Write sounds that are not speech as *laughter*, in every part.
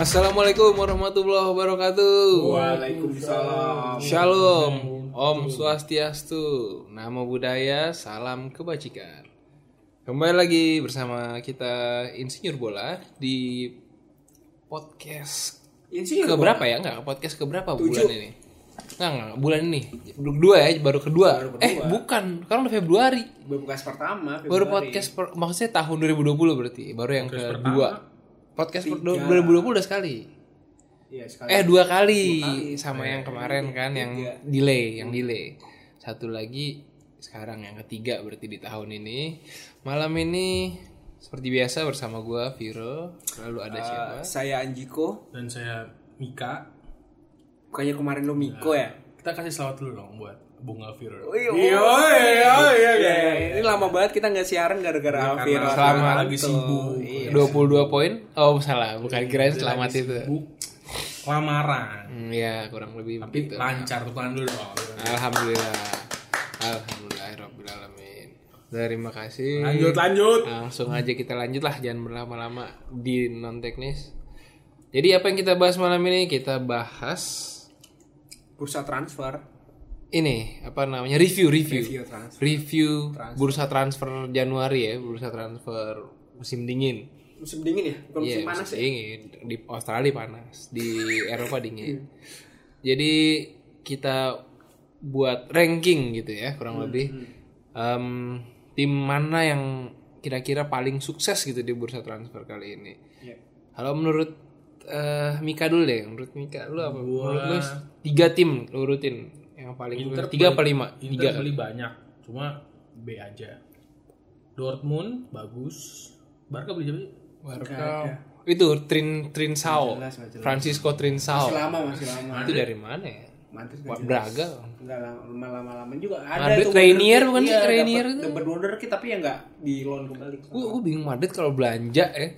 Assalamualaikum warahmatullahi wabarakatuh. Waalaikumsalam. Shalom. Om Swastiastu. Nama budaya, salam kebajikan. Kembali lagi bersama kita Insinyur Bola di podcast ke Insinyur Bola. berapa ya? Enggak, podcast ke berapa bulan ini? Enggak, enggak, bulan ini. Kedua ya, baru kedua. Eh, bukan. Sekarang udah Februari. Baru bekas pertama. Februari. Baru podcast per- maksudnya tahun 2020 berarti. Baru yang kedua. Podcast per- 2020 udah sekali. Iya sekali. Eh dua kali, Iya, sama yang kemarin kan yang delay, yang delay. Satu lagi sekarang yang ketiga berarti di tahun ini. Malam ini seperti biasa bersama gua Viro, lalu ada Ah, siapa? Eh, Saya Anjiko. dan saya Mika. Bukannya kemarin lo Miko ya? Kita kasih selamat dulu dong buat Bung Alviro. Iya, oh, iya, iya, iya. Ini lama banget kita nggak siaran gara-gara Alviro. selamat. lagi iya, sibuk. Iya. Iya, 22 poin. Oh, salah, bukan kirain selamat itu. Sibuk lamaran. Hmm, ya, kurang lebih Tapi begitu. lancar tuh tahan dulu dong. Iya. Alhamdulillah. Alhamdulillahirobbilalamin. Terima kasih. Lanjut lanjut. Nah, langsung aja kita lanjut lah jangan berlama-lama di non teknis jadi apa yang kita bahas malam ini kita bahas Bursa transfer. ini apa namanya review review Video transfer. review bursa transfer Januari ya bursa transfer musim dingin Musim dingin ya? Bukan musim Iya, panas ya? dingin di Australia panas *laughs* di Eropa Iya. dingin jadi kita buat ranking gitu ya Hmm, kurang lebih Em, tim mana yang kira-kira paling sukses gitu di bursa transfer kali ini Iya. kalau menurut eh, Mika dulu deh menurut Mika lu apa menurut lu tiga tim lu rutin yang paling tiga apa lima Inter beli banyak, cuma B aja. Dortmund bagus. Barca beli siapa? sih? Barca itu Trin Trinsao Francisco Trinsao Lama masih lama. itu dari mana ya Mantis kan? nggak Wah, Braga Enggak lama-lama juga ada Madrid tuh. Iya, Rainier bukan sih Rainier itu Dapat order kita tapi ya nggak di loan kembali. gue gue bingung Madrid kalau belanja ya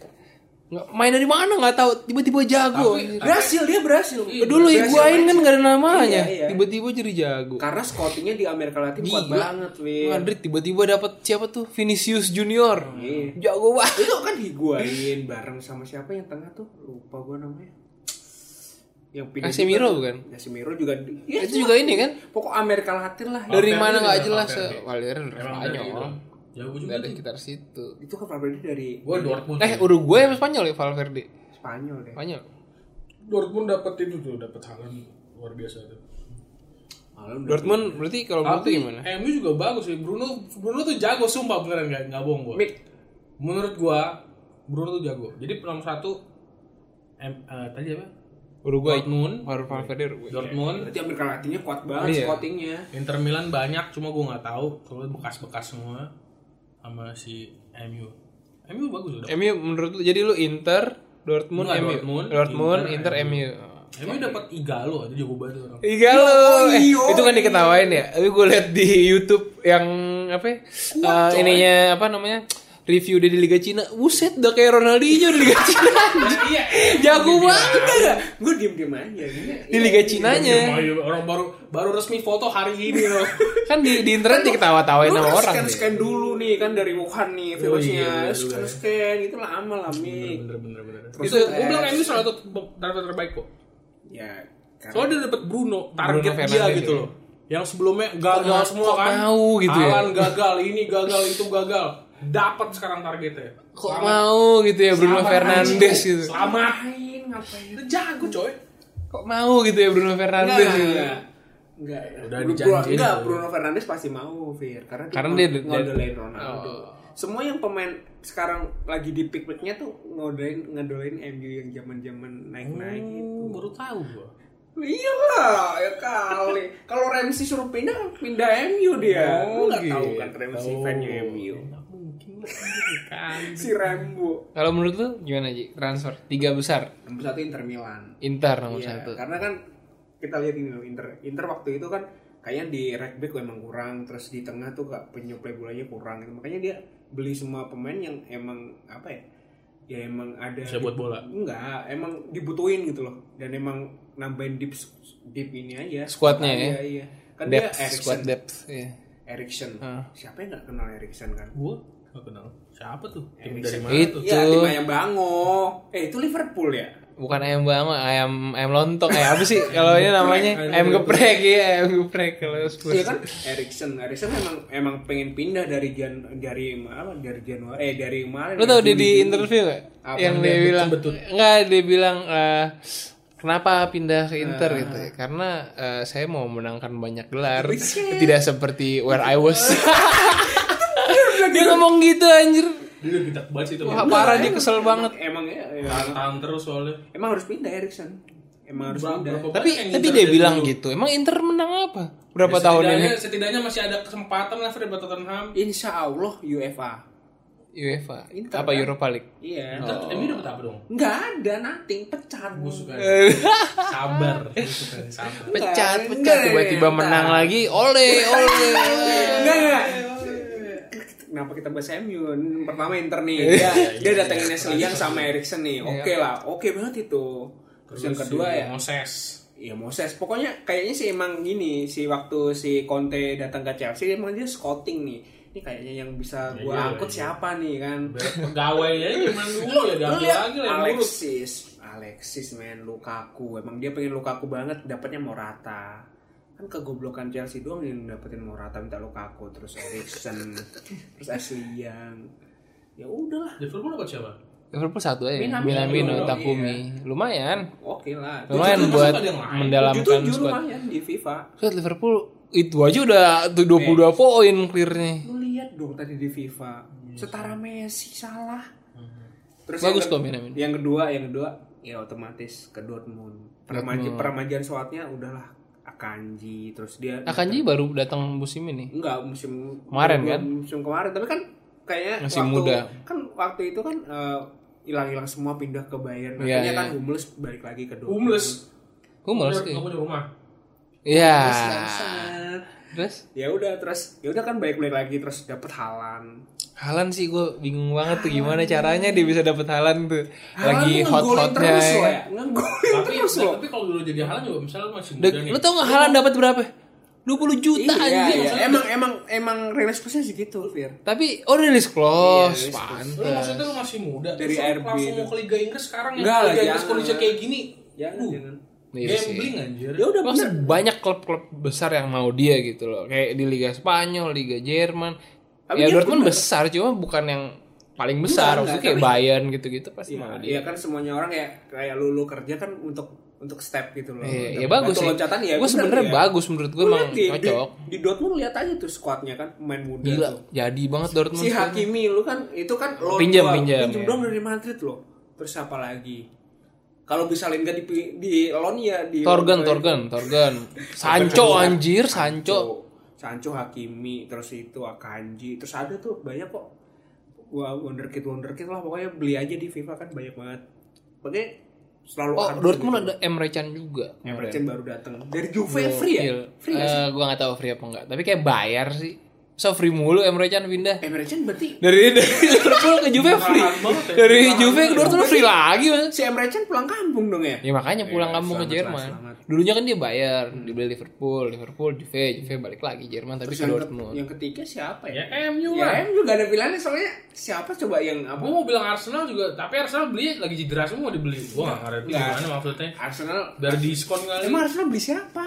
nggak main dari mana nggak tahu tiba-tiba jago Berhasil Iya, dia berhasil. ya. dulu Higuain kan gak ada namanya Iya, iya. tiba-tiba jadi jago Karena scoutingnya di Amerika Latin kuat Gila. banget, Win. Madrid tiba-tiba dapat siapa tuh Vinicius Junior Iya. jago banget itu kan higuain bareng sama siapa yang tengah tuh lupa gua namanya yang pindah Casemiro bukan Casemiro juga ya, itu juga Oh. ini kan pokok Amerika Latin lah dari Valverde mana nggak juga, jelas ya? Valverde. Valverde gitu. Emang Spanyol dari itu. Jago juga. dari sekitar situ itu kan Valverde dari Gue Dortmund. eh Uruguay apa Spanyol ya Valverde Spanyol deh Spanyol Dortmund dapat itu tuh, dapat Haaland luar biasa tuh. malam Dortmund berarti kalau menurut lu Tapi gimana MU juga bagus sih. Bruno Bruno tuh jago sumpah beneran gak nggak bohong gua. Mik Menurut gua Bruno tuh jago. Jadi nomor satu em, eh, tadi apa? Uruguay Dortmund, Baru Valverde Uruguay Dortmund, berarti Amerika Latinnya kuat banget Iya. scoutingnya Inter Milan banyak cuma gua nggak tahu. Terus bekas-bekas semua sama si MU. MU bagus udah. MU menurut lu jadi lu Inter, Dortmund, Enggak, MU. Dortmund, Dortmund, Inter, MU. MU dapat Igalo itu jago banget tuh orang. Iya lo, eh, itu kan diketawain ya. Tapi gue liat di YouTube yang apa? ya, eh, ininya apa namanya? Review dia di Liga Cina. Buset, udah kayak Ronaldinho di Liga Cina. Iya, jago banget dah. gue diem diem aja iya. gini. Di Liga Cinanya. Wah, iya, Orang baru baru resmi foto hari ini loh. Kan di, di internet diketawa-tawain sama orang. ya? Oh, iya, scan deh. scan kan dulu nih kan dari Wuhan nih virusnya scan scan itu lama lah Mik Bener-bener bener. Terus Itu gua bilang MU salah satu driver terbaik kok. ya karena Soalnya dia dapat Bruno, target Bruno dia Fernandes, gitu ya. loh. Yang sebelumnya gagal Kok semua mau- kan. mau gitu ya? Alan gagal, ini gagal, itu gagal. Dapat sekarang targetnya. Kok mau gitu ya Bruno Fernandes gitu. Selamat. ngapain ngapain Itu jago coy. Kok mau gitu ya Bruno Fernandes gitu. Enggak. Enggak. Udah Bru- dijanjiin Enggak, tuh. Bruno Fernandes pasti mau, Fir. Karena dia, Karena ngo- dia- dia- ngodolain Ronaldo. Oh. Semua yang pemain sekarang lagi di peak-peaknya tuh ngodolain ngodolain MU yang zaman-zaman naik-naik gitu. Baru tahu gua. Iya lah, ya *laughs* kali. Kalau Ramsey suruh pindah, pindah MU dia. Lu nggak tahu kan Ramsey fan-nya MU. Oh, gitu. Mungkin kan. *laughs* Si Rambo. Kalau menurut lu gimana Ji? Transfer tiga besar Nomor satu Inter Milan. Inter nomor Iya, satu. karena kan kita lihat ini loh Inter Inter waktu itu kan kayaknya di right back emang kurang terus di tengah tuh gak penyuplai bolanya kurang gitu. makanya dia beli semua pemain yang emang apa ya ya emang ada Bisa buat bola. enggak emang dibutuhin gitu loh dan emang nambahin deep deep ini aja Squadnya Iya, ya? iya kan Depth, dia squad Erikson depth. Iya. Erikson Ah. siapa yang nggak kenal Erikson kan Gua Gak kenal. Siapa tuh? Tim Eriksen. dari mana Itu. tuh? Iya, tim ayam bango. Eh, itu Liverpool ya? Bukan ayam bango, ayam ayam lontong, ayam apa sih kalau ini namanya? Ayam geprek ya, ayam geprek kalau Spurs. Iya kan? Erikson, Erikson memang emang pengen pindah dari Jan dari apa? Dari Januari eh dari kemarin. Lu tau dia di interview gak? Apa? yang dia Dia bilang betul-betul. Enggak, dia bilang eh, Kenapa pindah ke Inter gitu ya? Karena eh, saya mau menangkan banyak gelar Buset. Tidak seperti where I *laughs* was Dia ngomong gitu anjir Dia udah getak banget sih itu. Wah parah dia kesel banget Emang ya, ya, Tahan terus soalnya. emang harus pindah Erikson. Emang harus pindah. Tapi tapi dia bilang gitu Emang Inter menang apa? Berapa tahun ini? setidaknya, setidaknya masih ada kesempatan lah Fred buat Tottenham. Insya Allah UEFA. UEFA Inter, Apa kan? Europa League? Iya. Terus Oh. MU dapat apa dong? Nggak ada nothing pecat. Gue suka. *laughs* Sabar. Gua suka, Sabar. Pecat, pecat Enggak, enggak, Tiba-tiba enggak. menang lagi Oleh, *laughs* oleh Enggak, enggak. iya. Kenapa kita bahas MU? Pertama Inter nih. Iya, Dia, dia datengin Neslian sama Erikson nih. Oke lah, oke banget itu. Terus yang kedua ya, Moses. Iya Moses, pokoknya kayaknya sih emang gini si waktu si Conte datang ke Chelsea emang dia scouting nih. Ini kayaknya yang bisa gua iya, angkut siapa nih kan. Biar Pegawai ya cuman dulu ya Lu diambil lihat lagi lah yang ngurus. Alexis, Alexis men Lukaku. Emang dia pengen Lukaku banget dapatnya Morata. Kan kegoblokan Chelsea doang yang dapetin Morata minta Lukaku terus *laughs* Erikson, terus Ashley Young. Ya udahlah, Liverpool dapat siapa? Liverpool satu aja ya? Minamino Minamino, iya. dong, Takumi Lumayan oke lah. Lumayan Tujuh, buat tujuh, tujuh, mendalamkan Tujuh-tujuh squad lumayan di FIFA. Lihat Liverpool Iya. itu aja udah tuh 22 poin clearnya. lu lihat dong tadi di FIFA setara Messi salah terus Bagus yang, kok Minamino. yang kedua yang kedua ya otomatis ke Dortmund Permaja, permajaan soalnya udahlah Akanji terus dia Akanji baru datang musim ini. enggak musim Kemarin, dua- kan? musim kemarin tapi kan kayaknya Masih waktu, muda. kan waktu itu kan eh, hilang-hilang semua pindah ke Bayern Iya, akhirnya iya. kan Hummels balik lagi ke Dortmund Humbles. Hummels Nggak sih. punya rumah. Iya. Sangat. Terus ya udah terus ya udah kan balik-balik lagi terus dapet Halan Halan sih gue bingung banget tuh gimana caranya dia bisa dapet Halan tuh. Lagi ngegolin hot-hotnya. terus loh ya. ya ngegolin Tapi terus loh tapi kalau dulu jadi halan juga misalnya lu masih muda Dek, nih. Lu tau gak Halan dapat berapa? 20 juta Iya, anjing. iya. emang emang emang rilis plusnya segitu, Fir. Tapi oh rilis close. Iya, rilis close. Lu Pantes. maksudnya lu masih muda Dari terus lu RB langsung itu. mau ke Liga Inggris sekarang ya? Enggak lah, Liga Inggris jangan. kondisinya kayak gini. Jangan, Aduh, Ya, jangan. Iya sih. Gambling anjir. Uh. Ya udah Maksud bener. banyak klub-klub besar yang mau dia gitu loh. Kayak di Liga Spanyol, Liga Jerman. Tapi ya dia Dortmund bener. besar cuma bukan yang paling besar. Enggak, Maksudnya kayak tapi- Bayern gitu-gitu pasti Iya, mau dia. iya kan semuanya orang ya kayak lu lu kerja kan untuk untuk step gitu loh. Iya, Untuk ya bagus bantu sih. loncatan ya. gue bener sebenarnya ya. bagus menurut gue Lu emang lihat di, di, cocok. di Dortmund lihat aja tuh squadnya kan pemain muda Gila, tuh. jadi banget Dortmund. Si sekarang. Hakimi lu kan itu kan lo Pinjam, doang. pinjam, pinjam ya. doang dari Madrid loh. Terus apa lagi? Kalau bisa lain di di loan ya di Torgan, Torgan, *laughs* Torgan. Sancho anjir, Sancho. Sancho, Sancho Hakimi, terus itu Akanji, terus ada tuh banyak kok. Wah, wonderkid wonderkid lah pokoknya beli aja di FIFA kan banyak banget. Pokoknya selalu Oh, akan Dortmund ada gitu. Emre Can juga. Emre Can baru datang. Dari Juve free ya? Gokil. Free ya? Eh, gue gak tahu free apa enggak, tapi kayak bayar sih. So free mulu Emre Can pindah. Emre Can berarti dari *laughs* dari Liverpool ke Juve free banget ya. dari Juve ke Dortmund free lagi mas si Emre Can pulang kampung dong ya? ya makanya pulang kampung ke selamat lah, Jerman selamat. dulunya kan dia bayar dibeli Liverpool Liverpool Juve Juve balik lagi Jerman tapi Terus ke yang, Dortmund Iya. yang ketiga siapa Ya ya? MU Ya, lah. em juga ada pilihannya soalnya siapa coba yang Gue apa? mau bilang Arsenal juga, tapi Arsenal beli lagi cedera semua dibeli. Gue gak ngerti Nggak. gimana maksudnya. Arsenal. Dari diskon kali. Emang Arsenal beli siapa?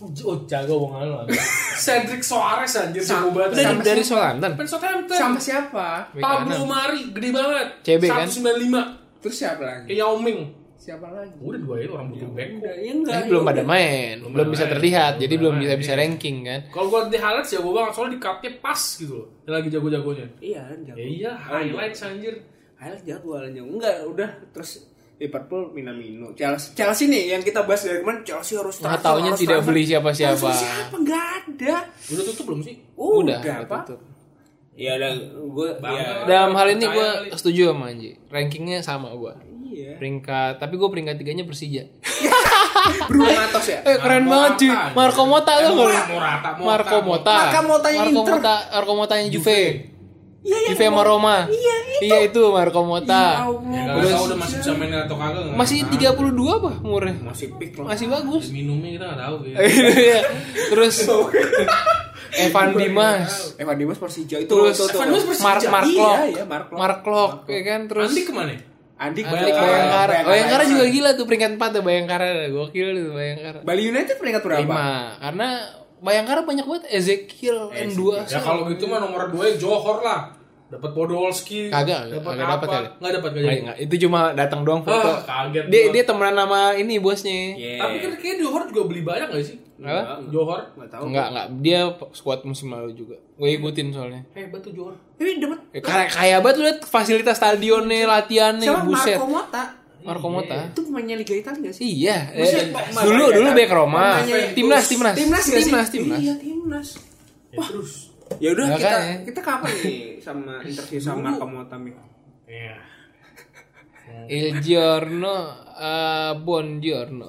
Oh jago bang Alan. Cedric Soares anjir jago banget. dari sama dari Southampton Sampai Southampton. Sama siapa? Bek Pablo kanan. Mari gede banget. CB kan? 195 Terus siapa lagi? kayak Iya. Yao Ming. Siapa lagi? Udah dua itu orang butuh back. Udah, ya enggak. Tapi belum ya pada main Belum belum pada bisa main. terlihat Belum jadi pada belum main, bisa bisa iya. ranking kan Kalau gue di highlights jago banget soalnya di cutnya pas gitu loh. Yang lagi jago-jagonya. Iya, jago. Ya iya highlights anjir. Highlight jago Alanyo. Enggak, udah terus Liverpool Minamino. Chelsea, Chelsea nih yang kita bahas dari kemarin Chelsea harus Nggak taunya tidak beli siapa-siapa. Transfer Siapa enggak ada. Udah tutup belum sih? Udah, apa? tutup. Ya udah gue ya, Bangga. dalam hal ini Percaya gue setuju sama Anji rankingnya sama gue iya. peringkat tapi gue peringkat tiganya Persija Bruno Matos ya. eh keren banget cuy Morata. Marco Mota tuh Morata, Morata. Marco Mota Marco Motanya Marco Inter. Mota Marco Motanya Juve Iya iya. Juve sama Roma. Iya, itu. Iya, Iya itu Marco Mota. Ya Allah. nggak tahu Nah. udah masih bisa main atau kagak. nggak Masih tahu. 32 apa umurnya? Nah. Masih pick lah. *laughs* Masih bagus. minumnya kita nggak Iya. *laughs* tahu iya. ya. Iya. Terus Evan Dimas Evan Dimas Persija itu terus itu- itu- Evan Dimas Persija. Mark Mark Iya, Klok iya, Mark Klok. Mark Klok ya kan terus Andi kemana? ya? Andik Balik Bayangkara. Bayangkara Bayangkara Oh, juga Bayangkara. gila tuh peringkat 4 tuh Bayangkara gokil tuh Bayangkara Bali United peringkat berapa? 5 karena Bayangkara banyak banget Ezekiel N2 Ya kalau gitu mah nomor 2 Johor lah. Dapat Podolski. Kagak, kagak dapat apa. kali. Nggak dapat kagak. Nggak, jadi. nggak. itu cuma datang doang foto Ah, kaget dia gua. dia temenan sama ini bosnya Yeah. Tapi kan kayaknya Johor juga beli banyak gak sih? Apa? Johor. Nggak tahu. Enggak, enggak. Dia squad musim lalu juga. Gue ikutin soalnya. Hebat tuh Johor. Ini dapat Ya, kaya, kaya banget lu liat fasilitas stadionnya, latihannya, siapa buset. Marco Mota. Marco Mota. Itu pemainnya Liga Italia nggak sih? Iya, eh, Maksudnya, Pak, dulu makanya dulu kan, bek Roma, makanya itu. timnas timnas Timnas nggak sih? timnas timnas. Nah, Iya, timnas. Ya, terus. Ya udah Makanya. kita kita kapan nih sama interview sama Marco Mota Mi? Iya. Il giorno, eh, buon giorno.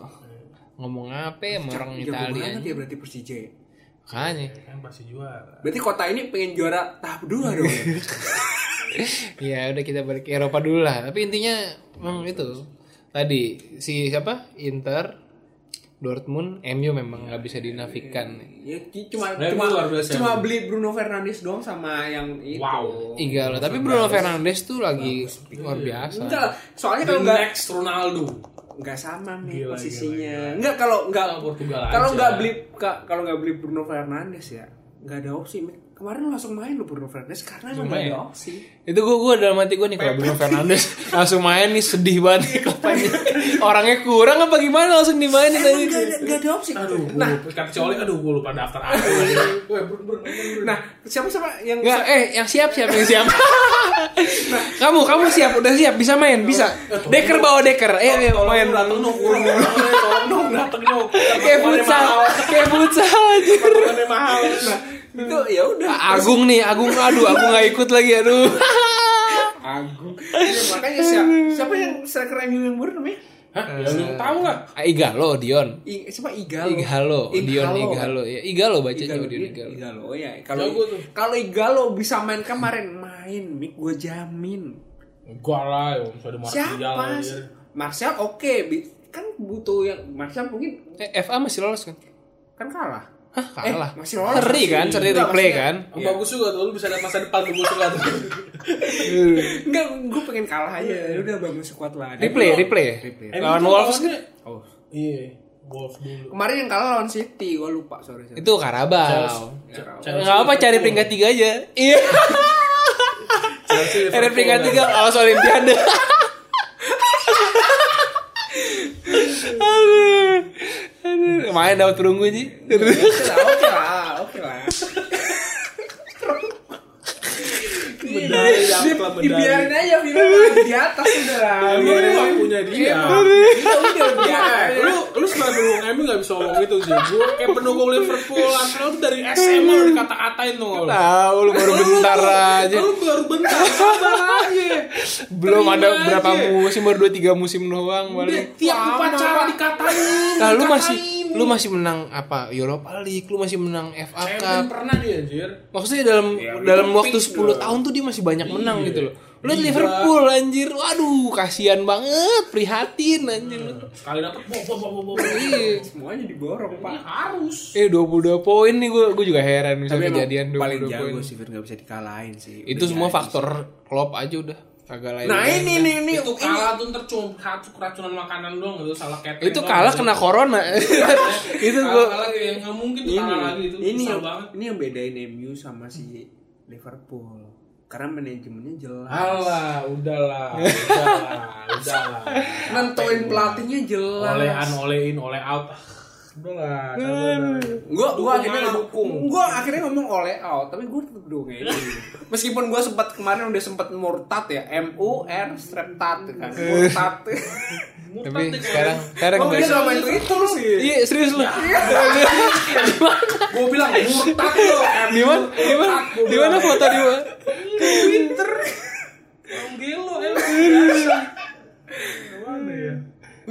Ngomong apa ya sama orang Jago Italia? banget ya berarti Persija ya. Makanya. Kan pasti juara. Berarti kota ini pengen juara tahap dua *laughs* dong. ya? Ya udah kita balik ke Eropa dulu lah. Tapi intinya memang itu tadi si siapa Inter, Dortmund, MU memang nggak bisa dinafikan. Ya, c- cuma Nah, cuma itu luar biasa. cuma beli Bruno Fernandes doang sama yang itu. Wow. Iya loh, tapi Bruno Fernandes tuh lagi luar biasa. Enggak, lah. soalnya The kalau enggak next Ronaldo. enggak sama nih Gila, posisinya. gila, gila. Enggak kalau enggak Kalau Portugal kalau aja. enggak beli ka- kalau enggak beli Bruno Fernandes ya, enggak ada opsi. Mi. Kemarin lu langsung main lu Bruno Fernandes karena emang enggak Lumayan. ada opsi. Iya, Itu gue gue dalam hati gue nih kalau Bruno *laughs* Fernandes langsung main nih sedih banget nih klubnya. Orangnya kurang apa gimana langsung dimainin tadi. Emang enggak ada enggak ada opsi. iya, Aduh, nah, nah, kecuali aduh gue lupa daftar aku. Weh, ber- ber- ber- nah siapa-siapa yang Enggak, eh yang siap siap yang *laughs* siap. kamu kamu siap udah siap bisa main bisa. Deker bawa deker. Eh ayo, main. dateng dong, kurang tolong dong dateng dong. Kayak futsal, kayak futsal aja. Pertanyaannya mahal. itu ya udah Ah, Agung nih, Agung aduh, Agung nggak ikut lagi aduh. *laughs* Agung. Ya, makanya siapa siapa yang striker MU yang baru namanya? Hah? Ya lu tahu lah. Ah, Igalo, Dion. I, siapa Igalo? Igalo, Dion Igalo. Ya, Igalo bacanya Igalo, Dion dia- Igalo. Igalo, oh ya. Kalau Jago tuh. kalau Igalo bisa main kemarin main, Mik gue jamin. Enggak lah, ya bisa ada Martial ya. Siapa? anjir. Martial oke, bi- kan butuh yang Martial mungkin Eh, FA masih lolos kan? kan kalah. *laughs* Hah, kalah. Eh, masih lolos. Seri masih. kan, seri Enggak, replay maksudnya- kan. Oh, Bagus juga tuh, lu bisa lihat masa depan tuh, bagus juga tuh. Iya. Enggak, gue pengen kalah aja. Udah bagus kuat lah. Dia- Replay, replay. Replay. Lawan Wolves kan? Oh. Iya, Wolves dulu. Kemarin yang kalah lawan City, gue lupa sorry. sorry. Itu Karabau. Chelsea Enggak apa cari peringkat 3 aja. Iya. Chelsea, Ada Liverpool, peringkat dan- 3 lolos Olimpiade. Aduh. Aduh. Kemarin dapat perunggu sih. Oke lah, oke lah, oke lah. Medali, Dia- Iya, apa, medali. Iya, Dibiarin aja Vino di atas udah lah. Emang ini waktunya dia. Kita udah Iya, biarin. Lu lu sebagai pendukung MU gak bisa ngomong gitu sih. Gue kayak pendukung Liverpool, Arsenal tuh dari SMA udah dikata-katain tuh. Lu Tahu lu baru bentar aja. Lu baru bentar sabar aja. Belum ada Terima berapa aja. musim, baru 2 3 musim doang Dia paling. tiap upacara dikatain. Lah Nah, lu masih dikatain. lu masih menang apa Europa League, lu masih menang FA Cup. Champion pernah dia anjir. Maksudnya dalam Iya, dalam waktu 10 tahun tuh dia masih banyak menang gitu loh. Lu Iya. liat Liverpool anjir. Waduh, kasihan banget, prihatin anjir. Sekali dapet boh boh boh boh, boh. Iya. Semuanya diborong, Pak. Ini harus. Eh 22 poin nih gue gue juga heran bisa Tapi emang kejadian 22 paling poin. jago sih Fir nggak bisa dikalahin sih. Itu semua faktor Iya, Klopp aja udah. Kagak lain. Nah ini nih ini Itu kalah tuh ntar cuma satu keracunan makanan doang gitu salah catering. itu doang, kalah gitu. kena corona. *laughs* itu kalah, gue kalah kayak nggak mungkin tuh ini kalah lagi itu. ini Susah yang, banget. ini yang bedain MU sama si Liverpool karena manajemennya jelas. Alah, *laughs* udahlah, udahlah, udahlah. Nentuin pelatihnya jelas. Olehan, anu, olehin, ole out. Ah, Udahlah, sabar, sabar. Gue Dukung gua akhirnya mana ngomong- dukung? gua akhirnya ngomong oleh out, tapi gue tetep dong ya. Meskipun gue sempat kemarin udah sempat murtad ya, M U R streptat kan, Eh. murtad. Mutat tapi deh, kayak sekarang sekarang Gue baik. bisa main Twitter sih. Iya, serius lu. Gua bilang murtad lo. Di mana? Di mana? Di mana foto di mana? Twitter. Orang gelo emang. Gimana ya?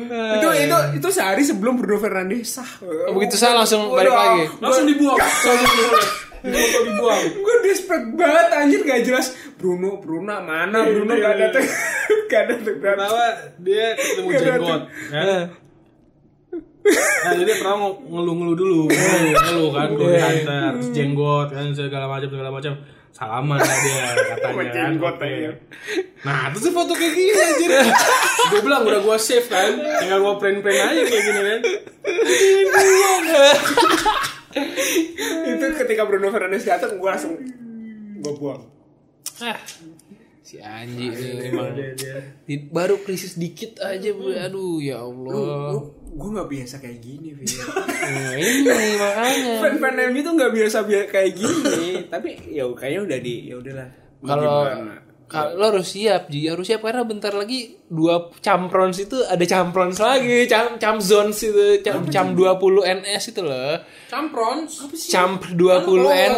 itu itu itu sehari sebelum Bruno Fernandes sah. Oh, begitu saya langsung balik lagi. Langsung dibuang. *laughs* Langsung dibuang. Dibuang, dibuang. Gue desperate banget anjir gak jelas Bruno Bruno mana Iya, Bruno gak ada tuh *laughs* gak ada tuh Pertama dia ketemu Eh. Keren. jenggot kan? Nah jadi pernah ng- ngeluh-ngeluh dulu, ngeluh, ngeluh kan, gue diantar, terus jenggot kan segala macam segala macam. Salaman lah dia katanya kan. Jenggot Oke. aja. Nah terus dia foto kayak gini anjir. gue bilang udah gue save kan, tinggal gue print-print aja kayak gini kan. itu ketika Bruno Fernandes datang gue langsung gue buang si Anji ini emang Di- baru krisis dikit aja bu aduh ya Allah gue nggak biasa kayak gini *laughs* Vin. Nah, ini makanya fan-fan MU tuh nggak biasa biasa kayak gini tapi ya kayaknya udah di ya udahlah kalau Gimana? kalau lo harus siap Ji harus siap karena bentar lagi dua camprons itu ada camprons lagi cam cam zones itu cam cam 20 ns itu loh Camprons. camp 20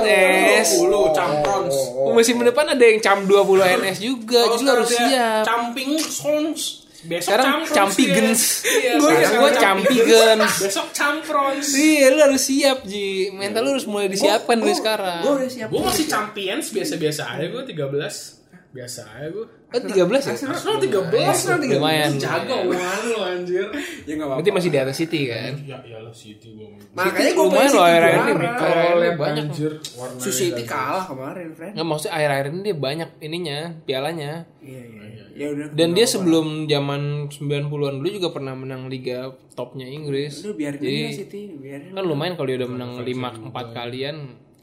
ns Dulu camprons. musim depan ada yang cam 20 ns juga Kalau jadi lo harus sekarang dia siap Camping sons. Besok sekarang camprons campigens dia. Iya, sekarang sekarang gue campigens. campigens Besok camprons. Iya, lu harus siap, Ji. Mental lu harus mulai disiapkan dari sekarang. gue oh, udah siap Gue masih champions biasa-biasa aja gue 13 Biasa aja gue Oh, 13 ya? Arsenal 13 Arsenal 13 Lumayan. Iya. Jago banget lo anjir ya nggak Berarti apa-apa masih di atas City kan? Ya iyalah City gue makanya gue lumayan loh akhir-akhir ini. Kalau Kalau lihat banyak. banyak anjir warna si City kalah kemarin friend Nggak, maksudnya akhir-akhir ini dia banyak ininya, pialanya. iya iya ya udah Dan dia sebelum zaman 90-an dulu juga pernah menang liga topnya Inggris. lu biarin Jadi, aja City biarin kan lumayan kalau dia udah menang 5 4 kalian.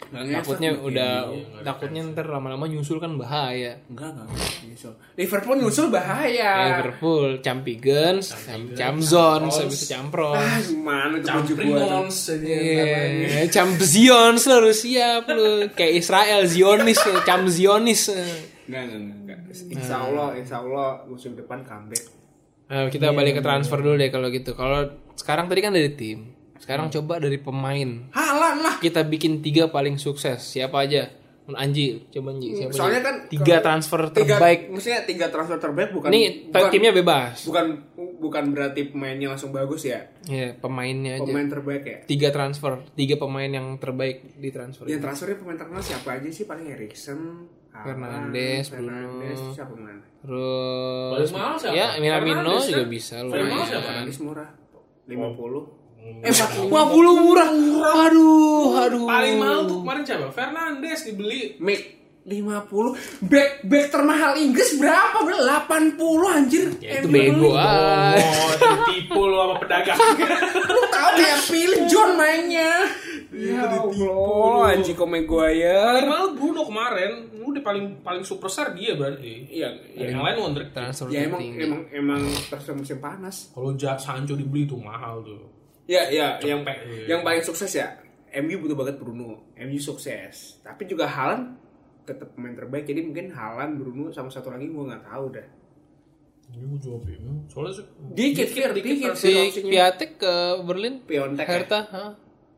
Takutnya Iya, udah takutnya ntar lama-lama nyusul kan bahaya. enggak enggak nyusul Liverpool nyusul bahaya Liverpool, Champions, Champions, habis itu Campron. ah gimana tuh baju gua tuh Camprons Iya, cam Zion lu harus siap lu kayak Israel Zionis lu, cam Zionis. enggak enggak enggak insya Allah insya Allah musim depan comeback Nah, Iya, kita balik ke transfer dulu deh kalau gitu. Kalau sekarang tadi kan dari tim, Hmm. sekarang coba dari pemain. halan lah Kita bikin tiga paling sukses siapa aja? Anji, coba Anji. Siapa soalnya aja? kan Iya, tiga kalau- transfer tiga terbaik. maksudnya tiga transfer terbaik bukan Ini bukan, timnya bebas. bukan bukan berarti pemainnya langsung bagus ya Ya, pemainnya aja. pemain terbaik ya Tiga transfer, tiga pemain yang terbaik di transfer. yang transfernya pemain terkenal siapa aja sih paling Erikson Haaland, Fernandes, Bruno. Fernandes siapa mana Terus Paling mahal siapa? ya Minamino Fernandes, juga kan? bisa Paling mahal lumayan. siapa? Oh. Hmm. Fernandes murah 50 eh 50 40 murah. Aduh, aduh. Paling mahal tuh kemarin siapa? Fernandes dibeli Mick 50 back back termahal Inggris berapa bro 80 anjir Ya, itu MU beli. bego ah. Oh, ditipu lo sama *laughs* pedagang lu tahu kayak pilih John mainnya ya Allah anjing komen Paling Maguire mahal Bruno kemarin Udah paling paling superstar dia berarti iya iya. Yang lain wonder Transfer ya emang tertinggi. emang emang terus musim panas Kalau Ja- Sancho dibeli tuh mahal tuh. ya ya yang iya. yang paling sukses ya MU butuh banget Bruno MU sukses tapi juga Haaland tetap pemain terbaik jadi mungkin Haaland Bruno sama satu lagi gue nggak tahu dah Ini gue jawab ya. Soalnya sih- dikit Fir, dikit si Fir, Iya, opsinya. Piatek ke Berlin, Piontek ya? Hertha, ha?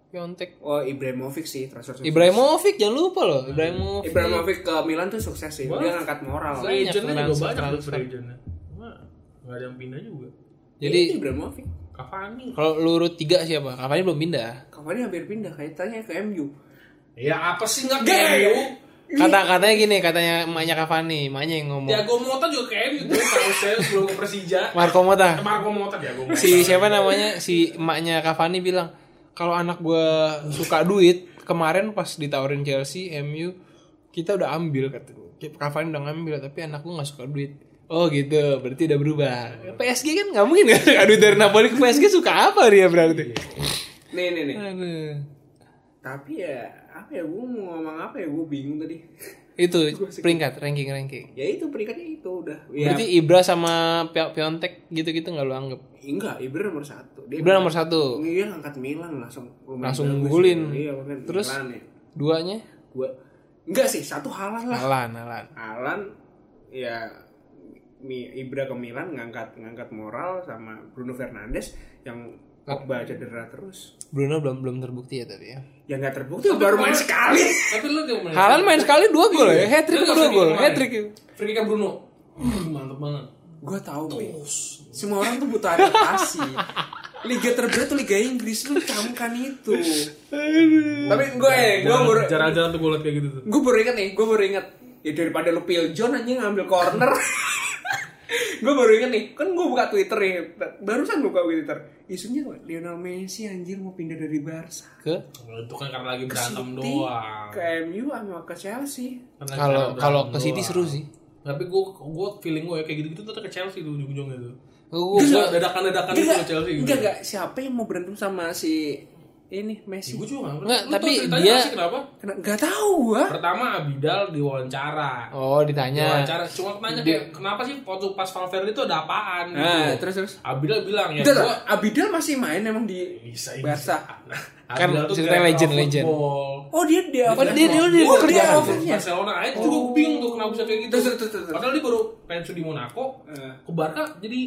Piontek. oh Ibrahimovic sih transfer sukses. Ibrahimovic jangan lupa loh, Ibrahimovic. Ibrahimovic ke Milan tuh sukses sih dia Wah. ngangkat moral Iya, Free agentnya juga transfer, banyak tuh transfer. free agentnya. Cuma nggak ada yang pindah juga. Jadi Iya, Ibrahimovic Cavani. kalau lurut tiga siapa? Cavani belum pindah. Cavani hampir pindah kayak tanya ke MU Ya apa sih Gay! nggak kayak Kata katanya gini, katanya emaknya Cavani, emaknya yang ngomong. Diago Mota juga kayak gitu. Kalau saya sebelum ke Persija. Marco Mota. Marco Mota Diago Mota. Si siapa namanya? Si emaknya Cavani bilang, "Kalau anak gua suka duit, kemarin pas ditawarin Chelsea, MU, kita udah ambil katanya. Cavani udah ngambil, tapi anak gua nggak suka duit." Oh gitu, berarti udah berubah. Hmm. PSG kan nggak mungkin kan? *laughs* Aduh dari Napoli ke PSG suka apa dia berarti? nih nih nih Aduh. tapi ya apa ya gue mau ngomong apa ya gue bingung tadi Itu Iya. peringkat ranking ranking. ya itu peringkatnya itu udah ya Berarti Ibra sama Pio- Piontek gitu-gitu nggak lu anggap? enggak Ibra nomor satu dia Ibra nomor satu, dia ngangkat Iya, Milan langsung lumayan Langsung bagus. ngunggulin. iya maksudnya Terus? Milan ya duanya gue enggak sih satu halan lah Alan Alan. halan ya Mi- Ibra ke Milan ngangkat ngangkat moral sama Bruno Fernandes yang Ah. Pogba cedera terus Bruno belum belum terbukti ya tapi ya. ya nggak terbukti baru main sekali Tapi lu tiap menit. Halan main sekali dua gol ya, hat trick Itu dua maksudnya gol, gimana? hat trick. Free kick Bruno. Uh, Mantep banget. gue tahu Mi. semua orang tuh butuh adaptasi liga terberat tuh liga Inggris lu camkan itu tapi eh, gue gue baru Jarang-jarang tuh gue liat kayak gitu tuh. *laughs* gue baru inget nih gue baru inget ya daripada lu pil John aja ngambil corner gue baru inget nih, kan gue buka Twitter ya, barusan buka Twitter. Isunya apa? Lionel Messi anjir mau pindah dari Barca ke Itu kan karena lagi berantem City, doang. ke MU sama ke Chelsea. Karena lagi kalau berantem kalau ke doang. City seru sih. Tapi gue gue feeling gue ya kayak gitu-gitu tuh ke Chelsea tuh ujung-ujung gitu. Gue Gue dadakan-dadakan gitu ke Enggak, Chelsea gitu. enggak, enggak. Siapa yang mau berantem sama si Ya, ini Messi? Gue juga nggak Nggak, ngerti. Lu tapi tau ceritanya dia- nggak sih kenapa? Kena, gak tahu gua. Pertama Abidal diwawancara. Oh ditanya. Diwawancara cuma nanya Dia- kayak kenapa sih waktu pas Valverde itu ada apaan gitu. Ah, Nah, terus terus. Abidal bilang ya Enggak gue lah, Abidal masih main emang di bisa ini. Barca. Kan ceritanya legend, legend. Oh dia dia Oh, dia- dia- dia- oh, dia- dia dia- overnya. Barcelona aja juga gue bingung tuh kenapa bisa kayak gitu. Terus, terus, terus, terus. Padahal dia baru pensiun di Monaco, Eh. ke Barca jadi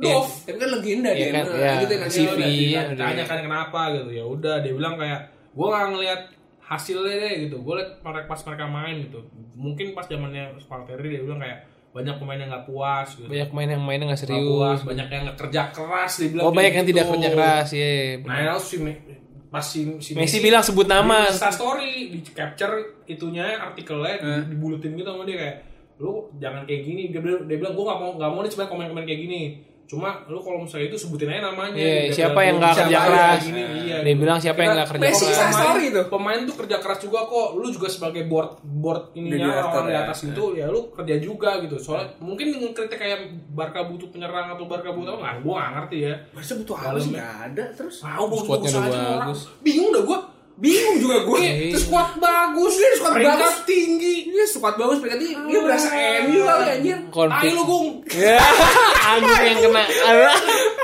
Iya. Dove. Tapi kan legenda Iya dia. kan, nah, iya. gitu kan. CV, Iya, udah. iya, udah. Tanya kan kenapa gitu ya udah dia bilang kayak gue nggak ngelihat hasilnya deh gitu gue liat mereka pas mereka main gitu mungkin pas zamannya Valverde dia bilang kayak banyak pemain yang nggak puas gitu Banyak main yang mainnya nggak Nggak serius. puas banyak yang nggak kerja keras dia bilang Oh banyak kayak yang tidak gitu. kerja keras ya. nah lalu si Me- pas si, si Messi bilang sebut nama. di Insta story di capture itunya artikelnya Eh. dibulutin gitu sama dia kayak lu jangan kayak gini dia bilang dia bilang gue nggak mau nggak mau nih sebenarnya komen-komen kayak gini cuma lu kalau misalnya itu sebutin aja namanya Iya, Dia siapa bilang, yang nggak "Siapa kerja aja keras?" gini, iya, Dia gitu. bilang siapa yang Kita- nggak kerja Messi keras. Insta story tuh. pemain tuh kerja keras juga kok lu juga sebagai board board Di atas, ininya orang di ya. atas itu ya lu kerja juga gitu soalnya mungkin dengan kritik kayak Barca butuh penyerang atau Barca butuh apa nggak gue nggak ngerti ya Barca butuh apa sih? Gak ada terus. mau bagus Squadnya bagus udah aja orang. bagus. bingung dah gue Bingung juga gue. Iya. terus squad bagus Iya, squad peringkat bagus. tinggi Dia squad bagus berarti dia berasa Oh. MU kali anjir. Konflik. Tai lu gung Ya, *laughs* anjing yang kena. *laughs*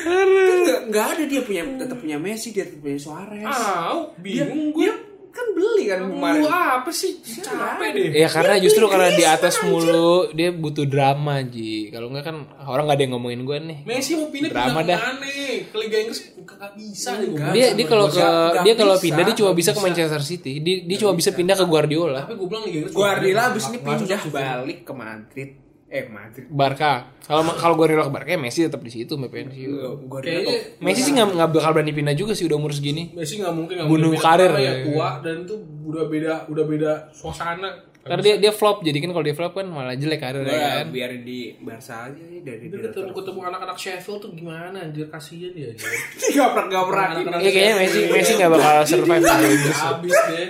Kan nggak- nggak ada dia punya tetap punya Messi, dia tetap punya Suarez. Au, Dia- dia bingung gue kan beli kan kemarin. Lu apa sih capek deh Ya karena Iya, justru iya, karena di iya, atas anjir. mulu dia butuh drama Ji. Kalau enggak kan orang nggak ada yang ngomongin gue nih. Iya, Messi mau pindah Drama pindah dah. kemana ke Liga Inggris gak Iya, bisa deh gue Enggak. Dia dia kalau ke Nggak dia kalau bisa, pindah dia cuma nggak bisa ke bisa. Manchester City. Dia, dia cuma bisa pindah ke Guardiola. tapi gue bilang Liga Inggris Guardiola abis ini Nggak- nggak pindah cocok. balik ke Madrid. Eh Madrid. Barca. Kalau kalau Guardiola ke Barca ya Messi tetap di situ sampai pensiun. Guardiola. kayaknya Messi sih nggak nggak bakal berani pindah juga sih udah umur segini. Messi nggak mungkin nggak Bunuh mungkin karir Karena ya ya. tua dan itu udah beda udah beda suasana Ntar dia dia flop jadi kan kalau dia flop kan malah jelek karirnya Ya, kan. biar di Barca aja sih dari Dia ketemu, ketemu anak-anak Sheffield tuh gimana anjir kasihan dia anjir. Gak Iya, pernah gak pernah. Anak-anak Iya kayaknya Messi Messi nggak bakal survive di Inggris. habis deh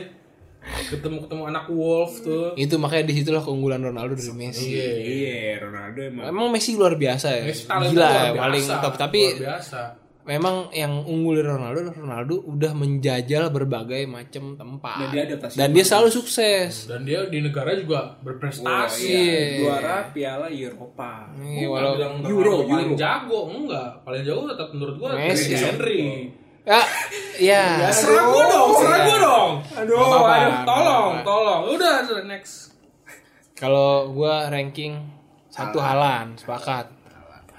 ketemu ketemu anak Wolf tuh Itu makanya disitulah keunggulan Ronaldo dari Messi. Iya, Ronaldo emang. Emang Messi luar biasa ya. Messi talenta Gila luar ya, biasa, paling top. Tapi luar biasa memang yang unggul dari Ronaldo adalah Ronaldo udah menjajal berbagai macam tempat. Dan dia adaptasi Dan dia selalu sukses. dan dia di negara juga berprestasi Iya. Juara Piala Eropa. Nih, Gua walau bilang Euro, Ronaldo paling Euro. jago enggak paling jago tetap menurut gua Messi. Thierry Henry ya ya. serang gua dong serang gua dong Aduh, Nggak apa-apa, aduh. tolong tolong udah next Kalau gua ranking satu Halan, sepakat.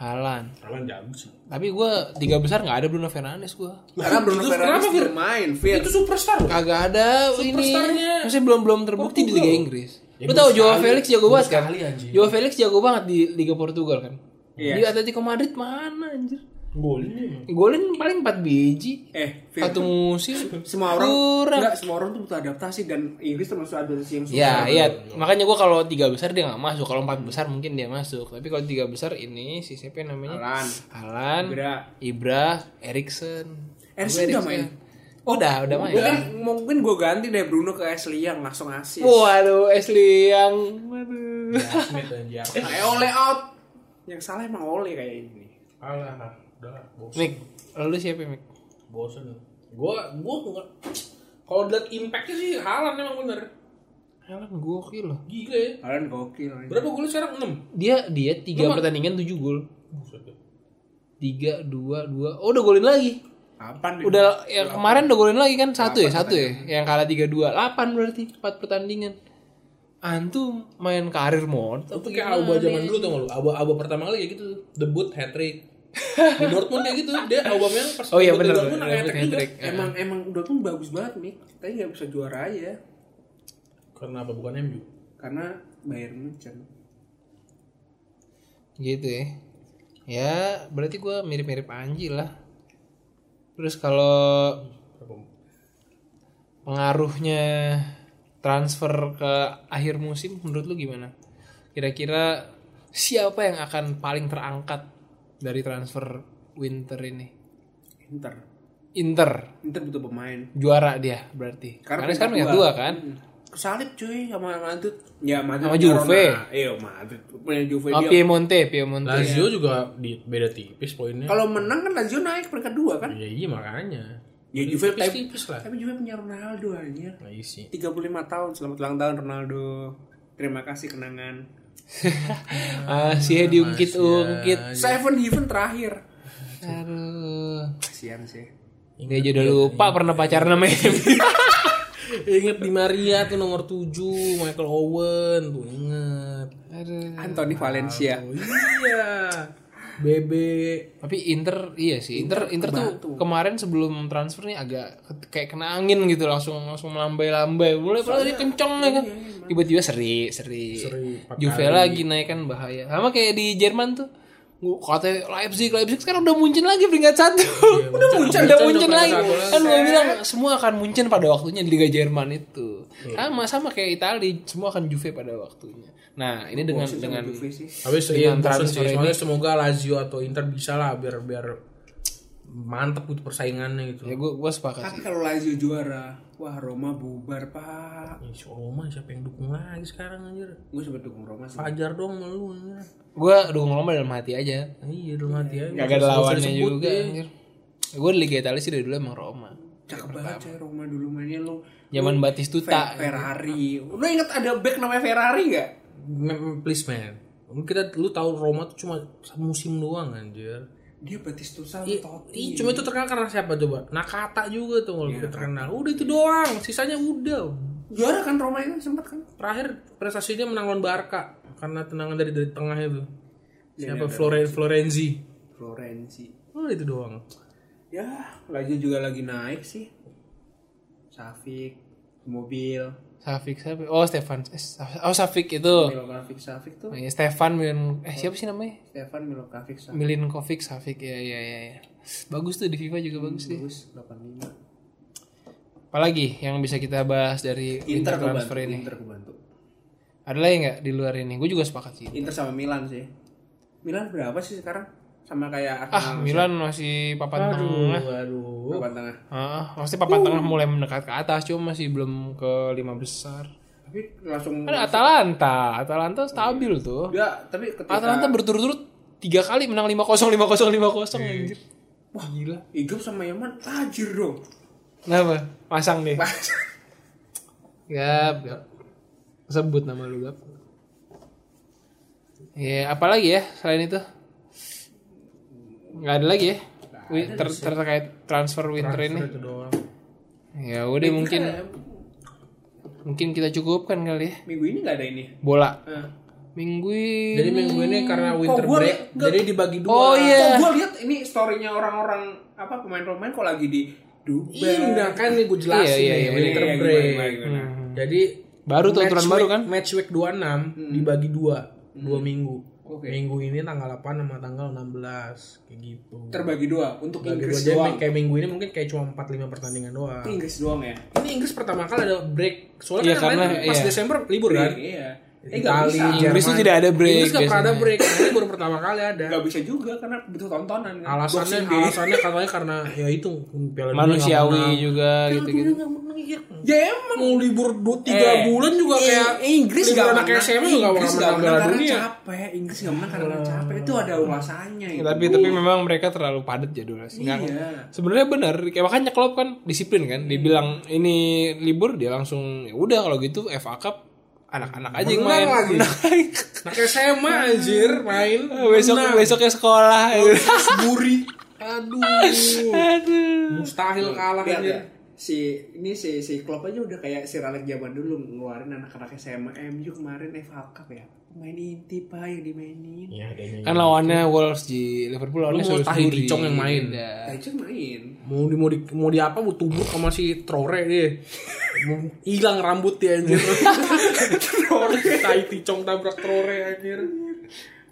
Halan. kalian jago sih Tapi gua tiga besar nggak ada Bruno Fernandes gua. Karena Bruno Itu Fernandes kenapa, Fir? bermain, Fir. itu superstar loh Kagak ada ini. Superstarnya. Maksudnya belum belum terbukti di Portugal. Liga Inggris. Ya, Lu tahu bagus Joao sekali. Felix jago Bagus banget kan? sekali, anjing. Joao Felix jago banget di Liga Portugal kan? Iya. Di Atletico Madrid mana anjir? golin dia. Golin paling 4 biji. Eh, Fir. Satu musim semua orang kurang. enggak semua orang tuh butuh adaptasi dan Inggris termasuk adaptasi yang susah. Ya, iya. Makanya gua kalau tiga besar dia nggak masuk. Kalau empat besar mungkin dia masuk. Tapi kalau tiga besar ini si siapa yang namanya? Alan. Alan, Ibra. Ibra, Eriksen. Eriksen udah main? Oh, udah, udah main. Mungkin mungkin gue ganti deh Bruno ke Ashley yang langsung asis. Waduh, Ashley Ya. yang waduh. Smith anjir Eh, Ole out. Yang salah emang Ole kayak ini. alah alah. udah lah, bosan Mik, lu siapa Mik? bosan gua gua nggak kalau lihat impactnya sih Halan emang bener Alan gokil loh. gila ya Kalian gokil. anjing. berapa golnya sekarang enam Dia dia tiga pertandingan tujuh gol. Buset deh. Tiga, dua, dua. Oh, udah golin lagi. Apaan nih? Udah ya, kemarin udah golin lagi kan satu ya, satu ya. Yang kalah 3-2, 8 berarti 4 pertandingan. Antum main karir mode Itu kayak Auba zaman dulu tuh nggak lu. Auba Auba pertama kali kayak gitu, debut hat trick. Di Dortmund kayak gitu, dia Auba main pas Oh iya debut di benar. Dortmund hat trick juga. ya. Emang emang Dortmund bagus banget nih, tapi nggak bisa juara aja Karena apa bukan MU? karena Bayern Munchen. Gitu ya. Ya, berarti gua mirip-mirip Anji lah. Terus kalau Berapa? pengaruhnya transfer ke akhir musim menurut lu gimana? Kira-kira siapa yang akan paling terangkat dari transfer winter ini? Inter. Inter Inter butuh pemain. juara dia berarti. Karena, Karena sekarang punya kedua. dua kan. Kesalip Hmm. cuy sama Madrid. Ya Madrid. Sama punya Juve. Roma. Iya Madrid punya Juve Oh, dia. Piemonte, Piemonte. *laughs* Lazio juga di, beda tipis poinnya. Kalau menang kan Lazio naik peringkat dua kan. ya iya makanya. Ya Juve tapi, tipis-tipis lah. tapi Juve punya Ronaldo anjir. Nah, isi. 35 tahun selamat ulang tahun Ronaldo. Terima kasih kenangan. Masih diungkit-ungkit. Seven Heaven terakhir. Aduh. Kasihan sih. Dia aja udah lupa pernah pacaran sama MU. *laughs* Ya, Ingat di Maria tuh nomor 7, Michael Owen tuh inget. Aduh. Anthony Valencia. *laughs* Oh iya. Bebe Tapi Inter iya sih. Inter Inter, tuh kemarin sebelum transfer nih agak ke- kayak kena angin gitu langsung langsung melambai-lambai. Mulai padahal dia kenceng ya kan. Tiba-tiba seri, seri. Juve lagi naik kan bahaya. Sama kayak di Jerman tuh. Gua- Katanya Leipzig, Leipzig sekarang udah muncul lagi peringkat satu. Iya, udah muncul, udah muncul lagi. Kan gue bilang semua akan muncul pada waktunya di Liga Jerman itu. Sama sama kayak Italia, semua akan Juve pada waktunya. Nah, ini dengan dengan Juve sih. Habis iya, bosen sih. Soalnya semoga Lazio atau Inter bisa lah biar biar mantep gitu persaingannya gitu. ya gue gue sepakat Tapi kalau Lazio juara, wah Roma bubar pak. Ya, si Roma siapa yang dukung lagi sekarang anjir? Gue sempat dukung Roma sih. Fajar dong sama lu anjir. gue dukung Roma dalam hati aja Nah, Iya dalam hati aja. gak ada lawannya juga anjir gue Liga Italia sih dari dulu emang Roma Cakep banget coy Roma dulu mainnya lu. zaman Batistuta Ferrari. Lu inget ada back namanya Ferrari nggak? Man, please man. Lu kita lu tahu Roma tuh cuma musim doang anjir. Dia Batistuta Iya, Totti. iya, cuma itu terkenal karena siapa coba? Nakata juga tuh kalau terkenal. Udah itu doang, sisanya udah. Juara kan Roma itu sempat kan? Terakhir prestasinya menang lawan Barca karena tendangan dari dari tengah itu. Siapa Floren Florenzi? Florenzi. Oh itu doang. Ya, Lazio juga lagi naik sih. Safik, mobil, Safik Safik oh Stefan Eh, Sa- oh Safik itu Milokovic Safik tuh. Nah, ya, Stefan Milin eh siapa sih namanya Stefan Milokovic Safik. Milinkovic Safik ya ya ya ya. bagus tuh di FIFA juga bagus sih Bagus, 85. apalagi yang bisa kita bahas dari Inter winter transfer kebantu, ini Inter kebantu. ada lagi nggak di luar ini gue juga sepakat sih Inter sama Milan sih. Milan berapa sih sekarang? Sama kayak ah Arsenal Milan masih papan tengah Aduh. papan tengah. Ah, pasti papan tengah mulai mendekat ke atas cuma masih belum ke lima besar. Tapi langsung Kan Atalanta, Atalanta stabil tuh. enggak, tapi ketika Atalanta berturut-turut tiga kali menang 5-0, 5-0, 5-0 anjir. Wah, gila. Igup sama Yaman tajir dong. Kenapa? Pasang deh. *laughs* Gap, gap. Sebut nama lu, Gap. Ya, apalagi ya selain itu? Nggak ada lagi ya? Wi- ter- ter- terkait transfer winter ini. Itu doang. Ya udah mungkin Iya, mungkin kita cukupkan kali ya. Minggu ini nggak ada ini. Bola. Nah, Minggu ini- Jadi minggu ini karena winter gua- break, enggak. jadi dibagi dua. Oh iya. gue lihat ini storynya orang-orang apa pemain-pemain kok lagi di Dubai. Iya, udah kan nih gue jelasin Iya, iya, nih, iya, iya, winter iya, break. gimana, gimana, gimana. Hmm. Jadi Baru tuh match aturan baru week- kan? Match week 26 dibagi dua, dua minggu. Oke. Minggu ini tanggal 8 sama tanggal 16 kayak gitu. Terbagi dua untuk Gitu, Bagi Inggris dua, jadi doang. kayak minggu ini mungkin kayak cuma 4 5 pertandingan doang. Inggris doang ya. Ini Inggris pertama kali ada break. Iya, Soalnya kan kemarin karena- pas iya. Desember libur kan. Iya. Eh, nggak Itali, bisa. Jerman. Inggris tuh tidak ada break Inggris nggak pernah ada biasanya. break. Nah, Ini baru pertama kali ada. Nggak bisa juga karena butuh tontonan kan. Alasannya Boxing Day. alasannya katanya karena ya itu Piala Dunia manusiawi nggak menang. juga gitu-gitu. Nggak menang, iya. Ya emang Mau libur 3 bulan juga Eh, kayak Inggris libur nggak anak menang. SMA juga nggak Inggris nggak menang menang Piala karena Dunia. Hmm. capek. Inggris nggak menang karena capek. Itu ada ulasannya. itu. Tapi tapi memang mereka terlalu padat jadwalnya. sih. Nggak- Iya. Sebenarnya benar, kayak makanya klub kan disiplin kan. Dibilang ini libur dia langsung ya udah kalau gitu FA Cup anak-anak aja yang main. Menang lagi. Anak SMA anjir main besok besoknya sekolah. ya. buri. Aduh. Aduh. Mustahil kalah Lihat anjir. ya, si ini si si Klopp aja udah kayak si Ralek zaman dulu ngeluarin anak-anak SMA MU kemarin FA Cup ya pemain inti pak yang dimainin Ya adanya. Kan lawannya Wolves di Liverpool lawannya mau Tahir Salisbury. Dicong yang main. Iya. Tajir Nah, main mau di mau di mau di apa mau tumbuk sama si Trore deh Mau hilang rambut dia anjir Trore tai ticong tabrak Trore anjir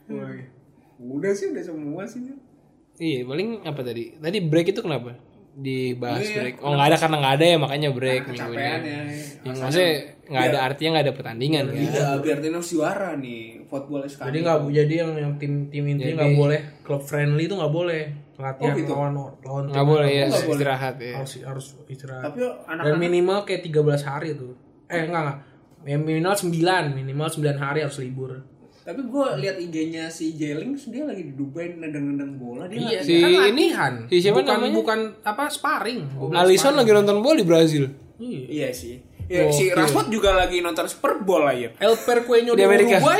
Wah, udah sih udah semua sih Iya, paling apa tadi? Tadi break itu kenapa? dibahas break. Oh nggak ada karena nggak ada ya makanya break minggu ini. kecapean ya. Ya, Iya. maksudnya nggak ada artinya nggak ada pertandingan kan. Tidak, biar Tino Iya, juara nih football sekali. Jadi nggak bu- jadi yang yang tim tim inti nggak boleh klub friendly itu nggak boleh latihan lawan lawan tim Nggak boleh ya boleh. istirahat ya. harus harus istirahat. Tapi anak Dan minimal kayak 13 hari tuh. Eh enggak enggak. Ya, minimal 9, minimal 9 hari harus libur. tapi gue lihat IG-nya si Jelings dia lagi di Dubai nendang-nendang bola dia lagi- Iya Si ini latihan. si siapa bukan, namanya? Bukan apa sparring. Alisson lagi nonton bola di Brazil. Iya. Iya sih. Ya, si Rashford juga lagi nonton Super Bowl aja. El Percueño Di de Amerika. Uruguay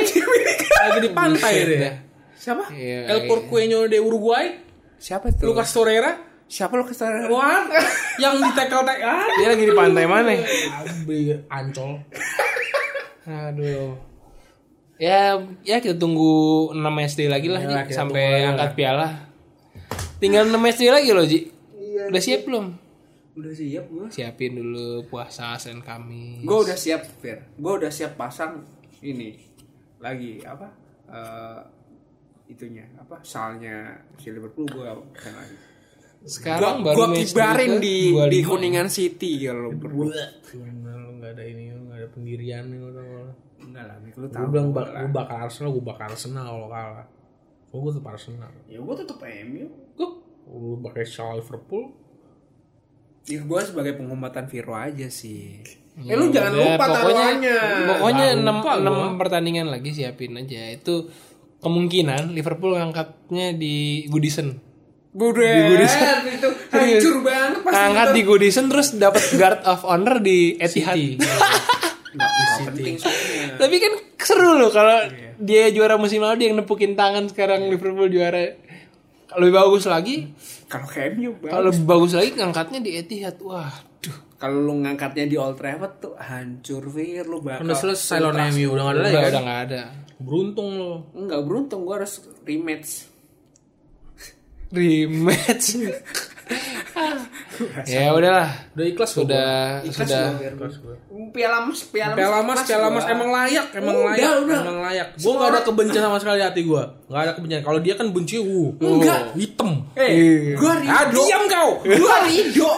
lagi *laughs* di pantai Buset deh. dah. Siapa? Iya. El Percueño de Uruguay, Siapa tuh? Lucas Torreira, Siapa lo kesana? wah *laughs* yang di tackle tackle ah, Dia lagi di pantai mana? Abi, ancol. Aduh. Ya, ya kita tunggu 6 SD lagi lah Yalah, Ji, Ya, kita sampai tunggu lagi angkat piala. Tinggal 6 SD lagi loh, Ji. Iya, Udah siap belum? Udah siap gue. Siapin dulu puasa Senin Kamis. Gue udah siap, Fir. Gue udah siap pasang ini lagi apa? eh, itunya apa? Salnya si Liverpool gue pasang lagi. Sekarang Gue baru match kibarin berikut, di gua di lima. Kuningan City ya, kalau lu Gimana lu nggak ada ini, lu nggak ada pendirian nih lu tau. Enggak lah, Mik, lu Gue tahu. bilang bak, gue bakal Arsenal, gue bakal Arsenal kalau kalah. Gue gue tetap Arsenal. Ya gue tutup MU. Lu pakai shawl Liverpool. Ya gue sebagai penghormatan Viro aja sih. eh lu jangan Ya, lupa pokoknya, taruhannya. Pokoknya Jangan 6, lupa gua. pertandingan lagi siapin aja. Itu kemungkinan Liverpool ngangkatnya di Goodison. Budet, itu hancur banget pasti. Angkat di Goodison terus dapat guard of honor di Etihad. Nggak- nggak penting soalnya. Tapi kan seru loh kalau dia juara musim lalu dia yang nepukin tangan sekarang Liverpool juara. Kalau lebih bagus lagi, Kalau MU Bang. kalau lebih bagus lagi ngangkatnya di Etihad. Wah, duh. Kalau lu ngangkatnya di Old Trafford tuh hancur Fir lu bakal. Udah selesai lawan MU udah nggak ada Udah, lagi kan? udah gak ada. Beruntung lo. Enggak beruntung gua harus rematch. Rematch. ya udahlah. Udah ikhlas gua, Sudah Ikhlas ya. sudah gua, Fir. Ikhlas gua. Piala Mas, Piala Mas. Piala Mas, ikhlas Piala gua. Mas emang layak, emang Udah, layak, udah. emang layak. Gue gak ada kebencian sama sekali di hati gue, gak ada kebencian. Kalau dia kan benci, uh, Enggak. hitam. Eh, gua ri- Aduh, Iya. Ah, diam kau. Gua *laughs* rido.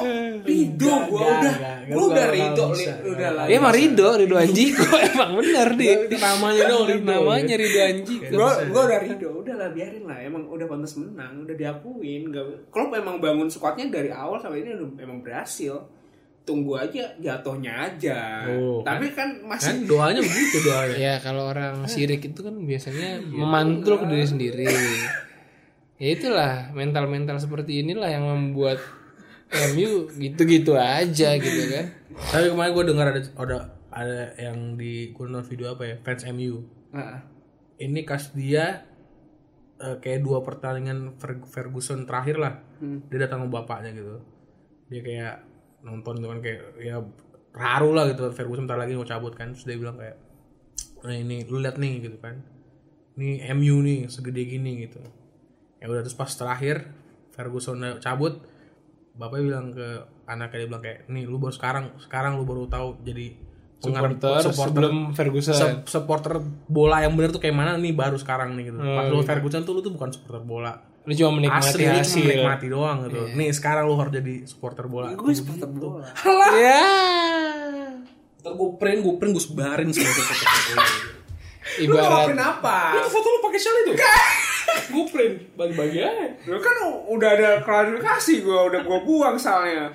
Rido gua Enggak, udah. enggak, enggak, Gua udah enggak, rido enggak Li. bisa, udah lah. Ya, Dia emang Rido, Rido Anjiko emang bener dia. Namanya dong, Rido. Namanya Rido Anjiko. Gua gua udah rido, udah lah biarin lah. Emang udah pantas menang, udah diakuin. Gak, Klopp emang bangun squadnya dari awal sampai ini udah- emang berhasil. Tunggu aja jatuhnya aja. Oh, Tapi kan Kan masih doanya begitu doanya. Ya kalau orang sirik itu kan *laughs* biasanya memantul ke diri sendiri. Ya itulah mental-mental seperti inilah yang membuat MU gitu-gitu aja gitu kan. Tapi kemarin gue dengar ada ada ada yang di gue nonton video apa ya fans MU. Heeh. Ini kas dia eh, kayak dua pertandingan Fer- Ferguson terakhir lah. Dia datang ke bapaknya gitu. Dia kayak nonton gitu kan kayak ya haru lah gitu Ferguson bentar lagi mau cabut kan terus dia bilang kayak nah ini lu lihat nih gitu kan ini MU nih segede gini gitu ya udah terus pas terakhir Ferguson eh, cabut bapaknya bilang ke anaknya dia bilang kayak nih lu baru sekarang sekarang lu baru tahu jadi pengaruh Supporter sebelum Ferguson. se- supporter bola yang bener tuh kayak mana nih baru sekarang nih gitu. Pas lu Ferguson tuh lu tuh bukan supporter bola. Lu cuma menikmati Asli lu cuma *laughs* hasil. menikmati doang gitu. Nih sekarang lu harus jadi supporter bola. gue sepakat bola. Ya. Ntar gue print, gue print, gue sebarin semua Lu Ibarat ngelakuin apa? *laughs* foto lu pakai shell itu? *laughs* gue print bagi-bagi aja. Lu kan u- udah ada klarifikasi gua udah gua buang soalnya.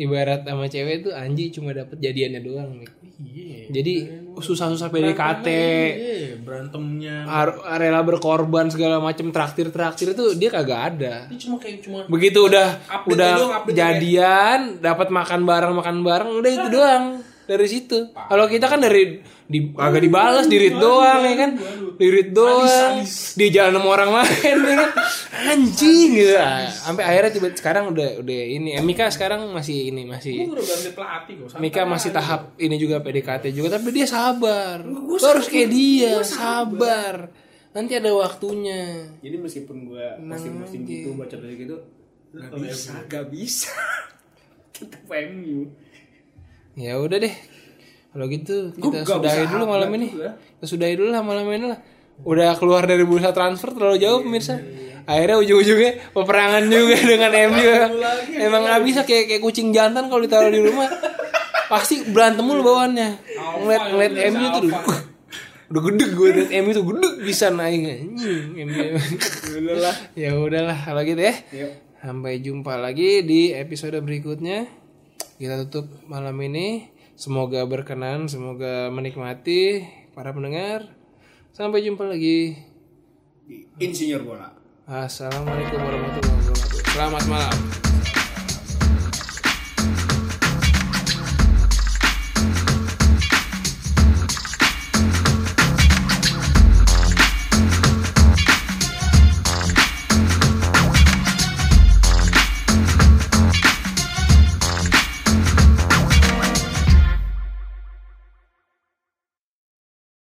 ibarat sama cewek tuh anji cuma dapat jadiannya doang. Mik. Jadi susah-susah PDKT, Iya, berantemnya. har- rela berkorban segala macam traktir-traktir itu dia kagak ada. Ini cuma kayak cuma begitu udah Update udah doang, update jadian dapat makan bareng makan bareng udah itu doang dari situ kalau kita kan dari di agak dibalas dirit doang ya kan dirit doang di jalan sama orang lain ya kan anjing gitu Ah, sampai akhirnya tiba sekarang udah udah ini Eh, Mika sekarang masih ini masih udah ganti pelatih kok. santai. Mika masih tahap ini juga PDKT juga tapi dia sabar Lu harus kayak dia sabar nanti ada waktunya Jadi meskipun gua posting-posting gitu, baca baca gitu, gak bisa, gak bisa. Tetap MU. Ya udah deh. Kalau gitu kita gak sudahi bisa dulu malam upload ini. juga. Kita sudahi dulu lah malam ini lah. Udah keluar dari bursa transfer terlalu jauh pemirsa. akhirnya ujung-ujungnya peperangan juga dengan MU emang, emang nggak bisa kayak kayak kucing jantan kalau ditaruh di rumah pasti berantem mulu bawaannya ngeliat ngeliat MU tuh udah, udah gede gue liat MU tuh gede bisa naik anjing MU Udahlah. ya udahlah kalau gitu ya Yuk. sampai jumpa lagi di episode berikutnya kita tutup malam ini semoga berkenan semoga menikmati para pendengar sampai jumpa lagi Insinyur bola. Assalamualaikum warahmatullahi wabarakatuh. Selamat malam.